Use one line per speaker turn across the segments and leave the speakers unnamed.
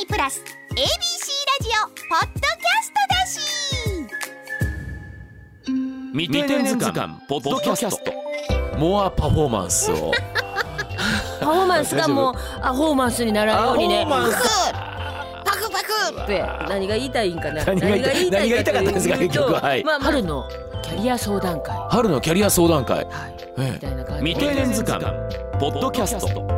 にプラス ABC ラジオポッドキャストだし
未定年図鑑ポッドキャストモアパフォーマンスを
パフォーマンスがもうアホーマンスにならんようにね
アホーマンス
パクパクパク
って何が言いたいんかな
何が言いたい
何が言いた
何が言い
いかというと
たかったんですか結局はい
まあ、春のキャリア相談会、は
春のキャリア相談会
い、みたいな感じ
未定年図鑑ポッドキャスト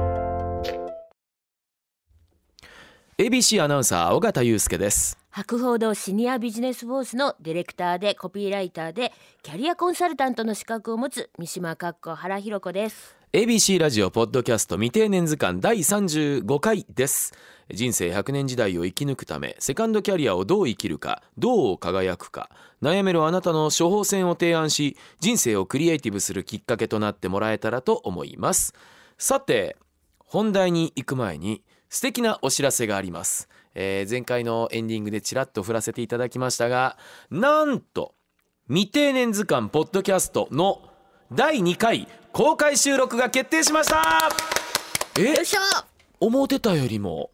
ABC アナウンサー尾形祐介です
博報堂シニアビジネスボースのディレクターでコピーライターでキャリアコンサルタントの資格を持つ三島かっこ原弘子です
ABC ラジオポッドキャスト未定年図鑑第35回です人生100年時代を生き抜くためセカンドキャリアをどう生きるかどう輝くか悩めるあなたの処方箋を提案し人生をクリエイティブするきっかけとなってもらえたらと思いますさて本題に行く前に素敵なお知らせがあります、えー前回のエンディングでちらっと振らせていただきましたがなんと未定年図鑑ポッドキャストの第2回公開収録が決定しましたえ
しょ
思ってたよりも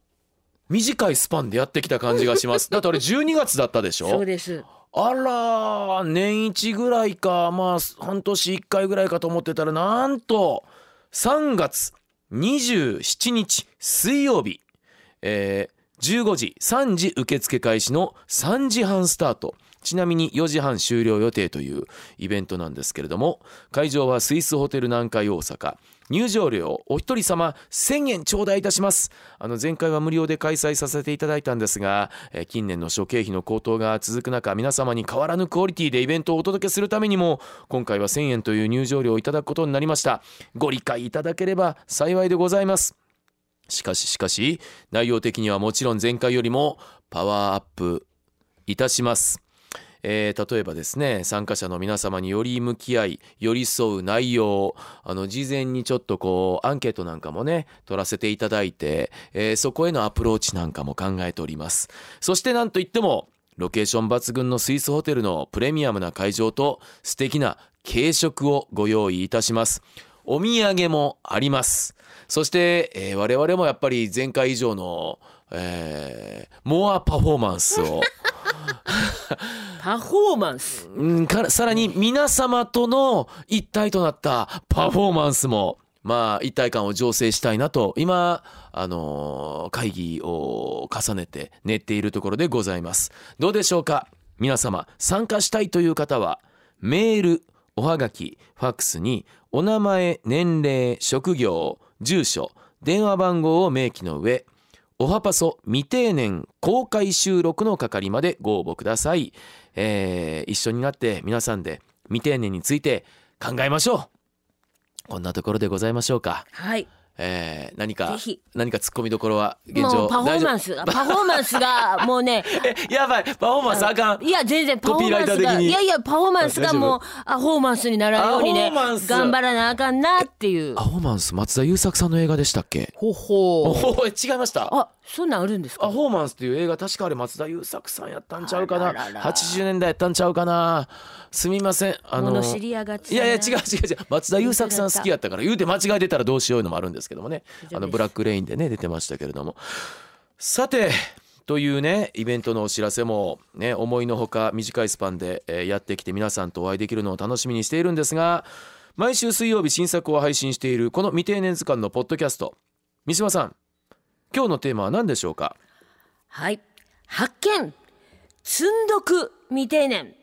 短いスパンでやってきた感じがしますだってあれ12月だったでし
そ
ょ
うです
あら年一ぐらいかまあ半年1回ぐらいかと思ってたらなんと3月27日水曜日、えー15時3時受付開始の3時半スタートちなみに4時半終了予定というイベントなんですけれども会場はスイスホテル南海大阪入場料お一人様1000円頂戴いたしますあの前回は無料で開催させていただいたんですが、えー近年の諸経費の高騰が続く中皆様に変わらぬクオリティでイベントをお届けするためにも今回は1000円という入場料をいただくことになりましたご理解いただければ幸いでございますしかししかし内容的にはもちろん前回よりもパワーアップいたしますえー例えばですね参加者の皆様により向き合い寄り添う内容あの事前にちょっとこうアンケートなんかもね取らせていただいて、えーそこへのアプローチなんかも考えておりますそしてなんといってもロケーション抜群のスイスホテルのプレミアムな会場と素敵な軽食をご用意いたしますお土産もありますそして、えー我々もやっぱり前回以上の、えーモアパフォーマンスを
パフォーマンス
うん、からさらに皆様との一体となったパフォーマンスも、まあ、一体感を醸成したいなと今、あのー会議を重ねて練っているところでございますどうでしょうか皆様参加したいという方はメールおはがきファックスにお名前年齢職業住所電話番号を明記の上おはパソ未定年公開収録の係までご応募ください、えー一緒になって皆さんで未定年について考えましょうこんなところでございましょうか、
はい
えー何か
ぜひ
何かツッコミどころは現
も
状
うパフォーマン
ス
スがパフォーマンスがもう ね
やばいパフォーマンスあかん
いや全然パフォーマン
コ
ス
ピーライター
が
的に
いやいやパフォーマンスがもうアホーマンスにならんように
アホ
ね
ーマンス
頑張らなあかんなっていう
パフォーマンス松田優作さんの映画でしたっけ
ほほ
お
う
お違いました
あそんなんあるんです
パ
か
フォーマンスっていう映画確かあれ松田優作さんやったんちゃうかな
あららら
80年代やったんちゃうかなすみませんあの
物知りやがち
いやいや違う違
う
う違う松田優作さん好きやったから言うて間違えてたらどうしようのもあるんですけどもね
丈夫です
あのブラックレインでね出てましたけれどもさてというねイベントのお知らせもね思いのほか短いスパンでえーやってきて皆さんとお会いできるのを楽しみにしているんですが毎週水曜日新作を配信しているこの未定年図鑑のポッドキャスト三島さん今日のテーマは何でしょうか
はい発見積んどく未定年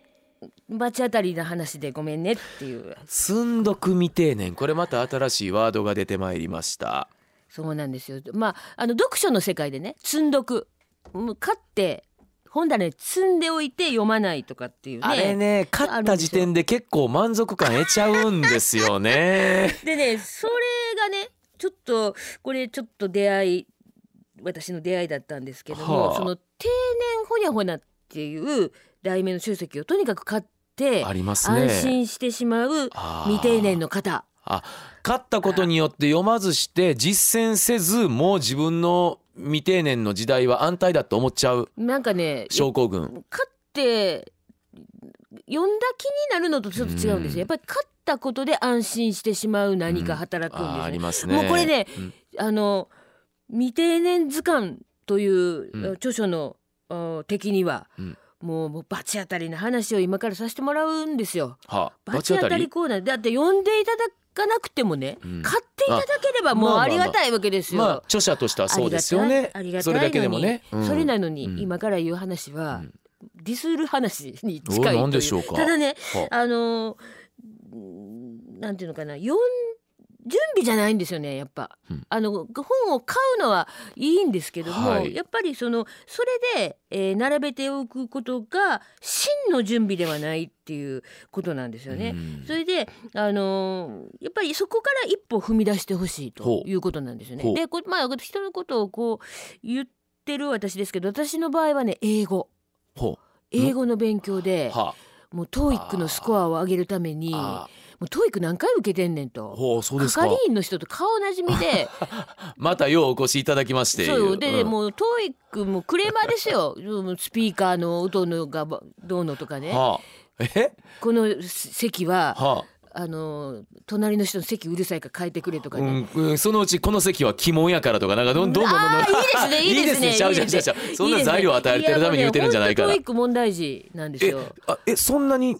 罰当たりな話でごめんねっていう
積んどく未定年これまた新しいワードが出てまいりました
そうなんですよまああの読書の世界でね積んどくもう買って本棚に積んでおいて読まないとかっていうね
あれね勝った時点で結構満足感得ちゃうんですよね
でねそれがねちょっとこれちょっと出会い私の出会いだったんですけども、
はあ
その定年ほにゃほにゃっていう題名の書籍をとにかく買って、
ありますね
安心してしまう
あー
未定年の方
あ勝ったことによって読まずして実践せずもう自分の未定年の時代は安泰だと思っちゃう
なんかね買
症候群
って読んだ気になるのとちょっと違うんですよ。やっぱり買ったことで安心してしまう何か働くんです
あーあ
よね
りますね
もうこれね、
うん
あの未定年図鑑という、
うん
著書のあ的には、
うん
もうもう罰当たりな話を今からさせてもらうんですよ。
はあ、
罰当たりコーナーだって呼んでいただかなくてもね、
うん
買っていただければもう
あ
ありがたいわけですよ。
まあ著者としてはそうですよね
ありがた
そ
い
れ
あ
だ
りがた
け
い
で
の
も
に
ね、うん
それなのに
うん
今から言う話は、
うん
ディスる話に近い
お
と
い
いう
何でしょうか
ただね
はあ
あのーなんていうのかな読ん準備じゃないんですよねやっぱ、
うん
あの本を買うのはいいんですけども、
はい
やっぱりそのそれで、えー並べておくことが真の準備ではないっていうことなんですよね。
うん
それで、あのーやっぱりそこから一歩踏み出してほしい
ほ
と
う
いうことなんですよ
ほ
ね。
う
でこれまあ人のことをこう言ってる私ですけど私の場合はね英語
ほ
英語の勉強
う
で
は
もう TOEIC のスコアを上げるためにも
あ
う TOEIC 何回受けてんねん
あ
と。
ほうそうですか
係員の人と顔なじみ で
またようお越しいただきまして
そうで、
ん
もう TOEIC もクレーマーですようんスピーカーの音のがばどうのとかね
はあえ
この席は
は
あの隣の人の席うるさいから変えてくれと
あ
か
う
ね、
ん、うん、そのうちこの席は鬼門やからとかなんかどんどんどんどんどん
ああーいいですね
いいですねちゃうちゃうちゃうちゃうそんな材料与えてるために言うてるんじゃないから
教育問題児なんです
え
よ
あえそんなに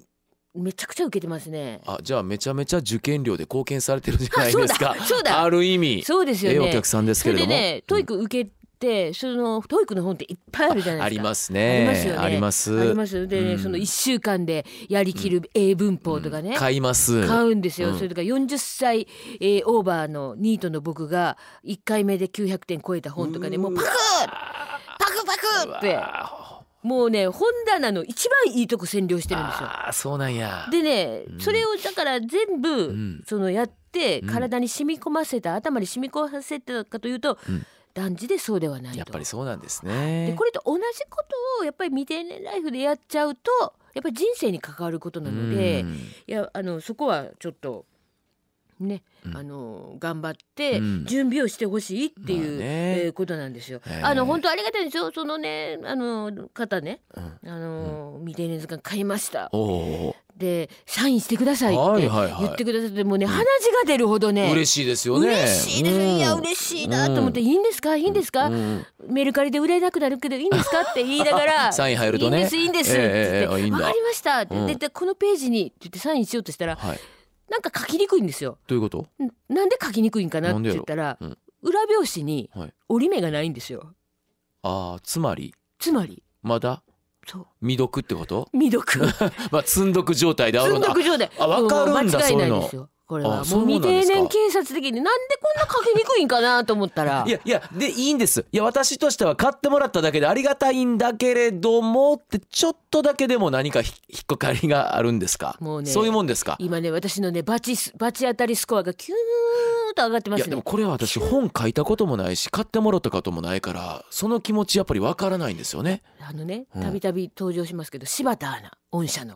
めちゃくちゃ受けてますね
あじゃあめちゃめちゃ受験料で貢献されてるんじゃ
あ
ない
そう
で
だ
すか
そうだ
ある意味
そうですよ
ええ
ね
お客さんです
そ
け
れ
れど
で
も
ねトイック受けて、そのトイックの本っていっぱいあるじゃないですか
あります
あり
ね
ますよね
あります
ありますでね、
うん
その一週間でやりきる英文法とかね、
買います
買うんですよ、
うん
それとか40歳、えーオーバーのニートの僕が1回目で900点超えた本とかねもうパク
パクパク
ッてもうね本棚の一番いいとこ占領してるんですよ。
あーそうなんや
でね、
うん
それをだから全部、
ん
そのやって
うん
体に染み込ませた、頭に染み込ませたかというと、
うん
断じてそうではないと。
やっぱりそうなんです
で
ね
これと同じことをやっぱり未定年ライフでやっちゃうとやっぱり人生に関わることなので、
う
い
ん
やあのそこはちょっとね、
うん
あの頑張って
うん
準備をしてほしいっていう、
まあね
えーことなんですよ。
ええ
あの本当ありがたいんですよそのねあの方ね
うん
あの、未定年図鑑買いました
おお
でサインしてくださいっ
は
て
いはいはい
言ってくださってもうね鼻血が出るほどね
嬉しいですよね
嬉しいです、いや嬉しいなと思って、
うん
いいんですかいいんですか、
うんうん
メルカリで売れなくなるけどいいんですかって言いなが ら
サイン入るとね
いいんですいいんです」っ
え
て
え
言っ
ええええ
て「
いいんだ
分かりました」って、
うん
ででこのページに」って言ってサインしようとしたら
はい
なんか書きにくいんですよ。
どういうこと
んなんで書きにくいんかなって言ったら、
なんでや
裏表紙に
はい
折り目がないんですよ。
ああつまり
つまり
まだ
そう
未読ってこと
未読
まあ積んどく状態であろう
寸
な
読状で
あわかるんだ
もう間違いな
そういう
い
の
ですよ。これは
あ
も
そうういうもん
未
なんで
定
すか
年警察的になんでこんな書きにくいんかなと思ったら
いやいやでいいんですいや私としては買ってもらっただけでありがたいんだけれどもってちょっとだけでも何かひ引っかかりがあるんですか
もうね
そういうもんですか
今ね私のねバチスバチ当たりスコアがキューンと上がってま
いや
す
で
ね
も。これは私本書いたこともないし買ってもらったこともないからその気持ちやっぱりわからないんですよね
あのね
うん
たびたび登場しますけど柴田アナ御社の。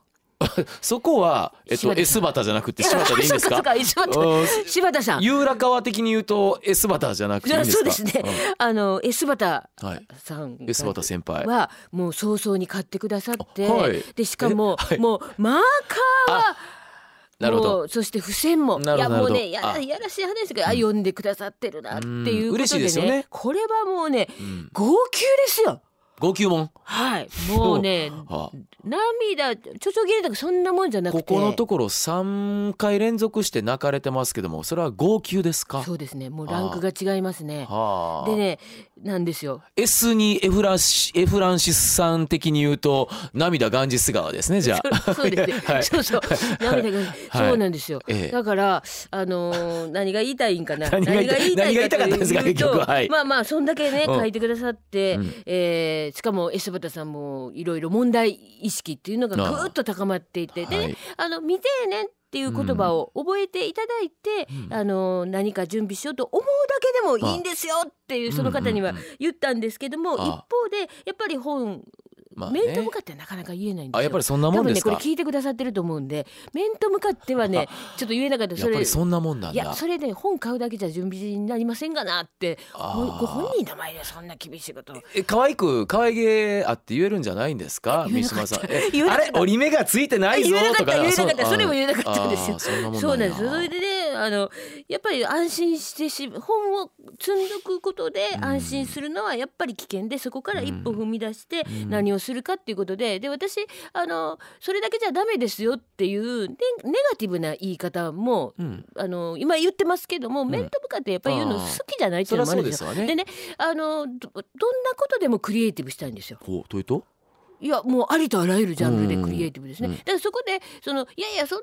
そこはえっ
柴
と
田
S バタじゃなくて柴田でいいんです
そ
か
っそっ柴田
うん
柴田さん。
ユーラカワ的に言うと S バタじゃなくていいんですか
そうですね、あの S バタ
うんはい
さん
S バタ先輩
はもう早々に買ってくださって、
あはい
でしかも、
えはい
もうマーカーは
なるほ
も
ど
うそして付箋もい
なる
や
ほどなるほ
もう
ど
ねやら
あ
やらしい話ですけど、あ読んでくださってるなっていう
うん
ことでね
嬉しいですよね
これはもうね
うん
号泣ですよ
号泣もん
はいもうね
はあ
涙ちょちょぎれとかそんなもんじゃなく
こ
て
このところ3回連続して泣かれてますけどもそれは号泣ですか
そうですねもうランクが違いますね
はあ
でねなんですよ
S にエフランシエフランシスさん的に言うと涙ガンジス川ですねじゃあ
そうですね、
はい
そうそう涙が、そうなんですよ、
ええ
だからあのー何が言いたいんか な
何が言いたい
とうと
何が言いたかったんですか結局はい
まあまあそんだけね
うん
書いてくださって、
うん
えーしかもエスバタさんもいろいろ問題意識っていうのがぐーっと高まっていてで、
はい
あの未定年っていう言葉を覚えていただいて、
うん
あの何か準備しようと思うだけでもいいんですよっていうその方には
うんうんう
言ったんですけども、
あ
一方でやっぱり本、
まあね
面と向かってなかなか言えないんですよ。
あやっぱりそんな
多
もん
分
で
ね
す
これ
か
聞いてくださってると思うんで面と向かってはねちょっと言えなかった
やっぱりそんなもんなん
いや
だ
それで本買うだけじゃ準備になりませんがなって
あ
ほん
ー
ご本人の前でそんな厳しいこと
え可愛く可愛げあって言えるんじゃないんですか
言え
三
なか
島
っ
さ
た
んえ
言えな
あ
かった
れ折り目がついてないぞ
言えなか
と
った
か
言えなかった
う
それも言えなかったんですよ
あーそんなもん
そうなん
や
ですそれでねあのやっぱり安心してし本を積んどくことで安心するのはやっぱり危険でそこから一歩踏み出して
うん
何をするかっていうことでで私あのそれだけじゃダメですよっていうネネガティブな言い方も
うん、
あの今言ってますけども、
ん
面と向かってやっぱり言うの
あ
好
ー
きじゃないって
そ
いう
り
の
ゃ
も
そうん
ある
で
で
すす
よ。
わ
で
ね。
ねあのどどんなことでもクリエイティブしたいんですよ。
ほうというと
いやもうありとあらゆるジャンルでクリエイティブですね。
うんうん
だからそこでそのいやいやそん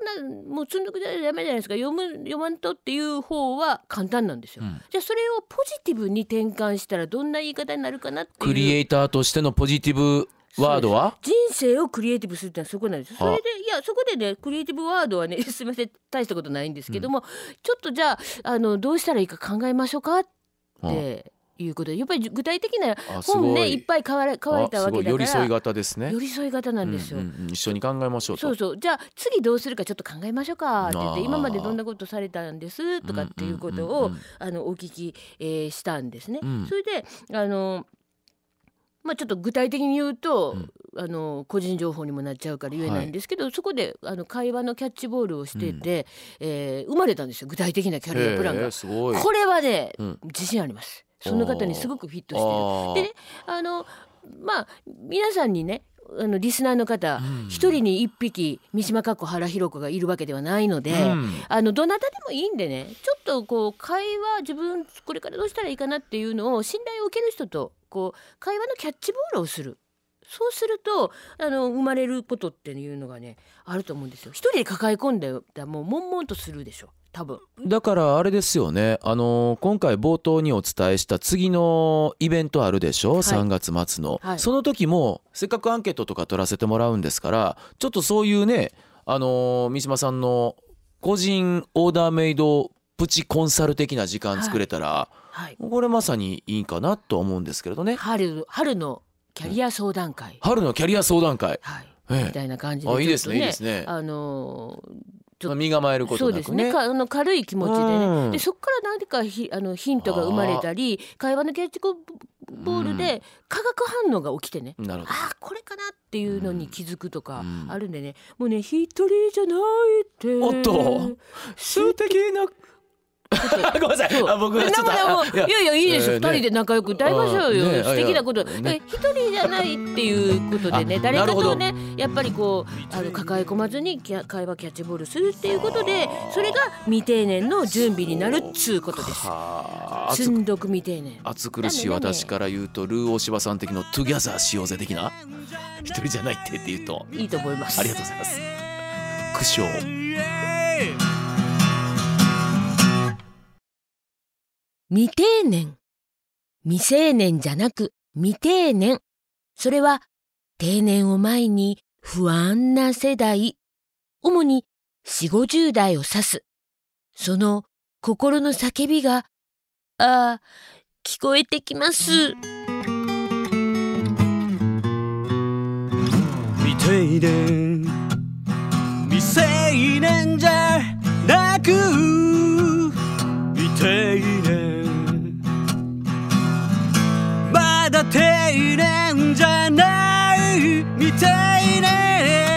なもう積んどくじゃダメじゃないですか読む読まんとっていう方は簡単なんですよ。
うん
じゃあそれをポジティブに転換したらどんな言い方になるかなっていう。
クリエイターとしてのポジティブワードは
人生をクリエイティブするってのはそこなんですよ。そ
はあ
れでいやそこでねクリエイティブワードはねすみません大したことないんですけども、ちょっとじゃああのどうしたらいいか考えましょうかっ
あ
ていうことでやっぱり具体的な
あす
本
ご
ねいっぱい買われ買われ
あ
た
す
わ
ご
けだ
い
から
寄り添い型ですね
寄り添い方なんですよ。
うんうんうん一緒に考えましょう
そ
と
うそうじゃあ次どうするかちょっと考えましょうかって言って
あー
今までどんなことされたんですとかっていうこと
うん
を、
うんうん
あのお聞き、えーしたんですね。
うん
それであのまあちょっと具体的に言うと、
うん
あの個人情報にもなっちゃうから言えないんですけど、そこであの会話のキャッチボールをしてて、えー生まれたんですよ具体的なキャリアプラン
へ
が
え。すごい
これはね、
うん
自信あります。その方にすごくフィットしてる
あー
でねあのまあ皆さんにねあのリスナーの方
うん
一、人に一匹三島かっこ原弘子がいるわけではないので、
うん
あのどなたでもいいんでねちょっとこう会話自分これからどうしたらいいかなっていうのを信頼を受ける人とこう会話のキャッチボールをする。そうするとあの生まれることっていうのがねあると思うんですよ。一人で抱え込んでたらもう悶々とするでしょ多分。
だからあれですよね、あのー今回冒頭にお伝えした次のイベントあるでしょ、
い
3月末の、
はい
その時もせっかくアンケートとか取らせてもらうんですからちょっとそういうね、あのー三島さんの個人オーダーメイドプチコンサル的な時間作れたら、
はい、
これまさにいいかなと思うんですけれどね、
春春のキャリア相談会、
春のキャリア相談会、
はい、み
ええ
たいな感じで
あいいで
ち
す
ょっ
ねい
と
いですね、
あのーちょ
まあ身構えるこ
そ
と
う
な
です
くね
ねかあの軽い気持ちでね、
うん
でそこから何かひあのヒントが生まれたり会話のキャッチボールで化学反応が起きてね、
なるほど
ああこれかなっていうのに気づくとか
うん
あるんでね、もうね一人じゃないって
おっと
す
敵な ごめんなさい
そう
あ僕
な
ちょ
か
っと
な
あ
かいやいやいいですよ
え
二、
ーね
人で仲良く歌いましょうよ、
あーね
素敵なこと、
あいや
だから一人じゃないっていうことでね
あ
誰
な
か
るほ
と
ど
ねやっぱりこうあの抱え込まずにキャ会話キャッチボールするっていうことでそれが未定年の準備になるっつうことです
はあ
積んどく未定年
暑苦しい私から言うとルー大柴さん的の「トゥギャザーしようぜ」的な「一人じゃないって」って言うと
いいと思います
ありがとうございます苦笑
未定年未成年じゃなく未定年それは定年を前に不安な世代主に4 5 0代を指すその心の叫びがああ聞こえてきます
未定年未成年じゃなく未定年まだ定年じゃない未定年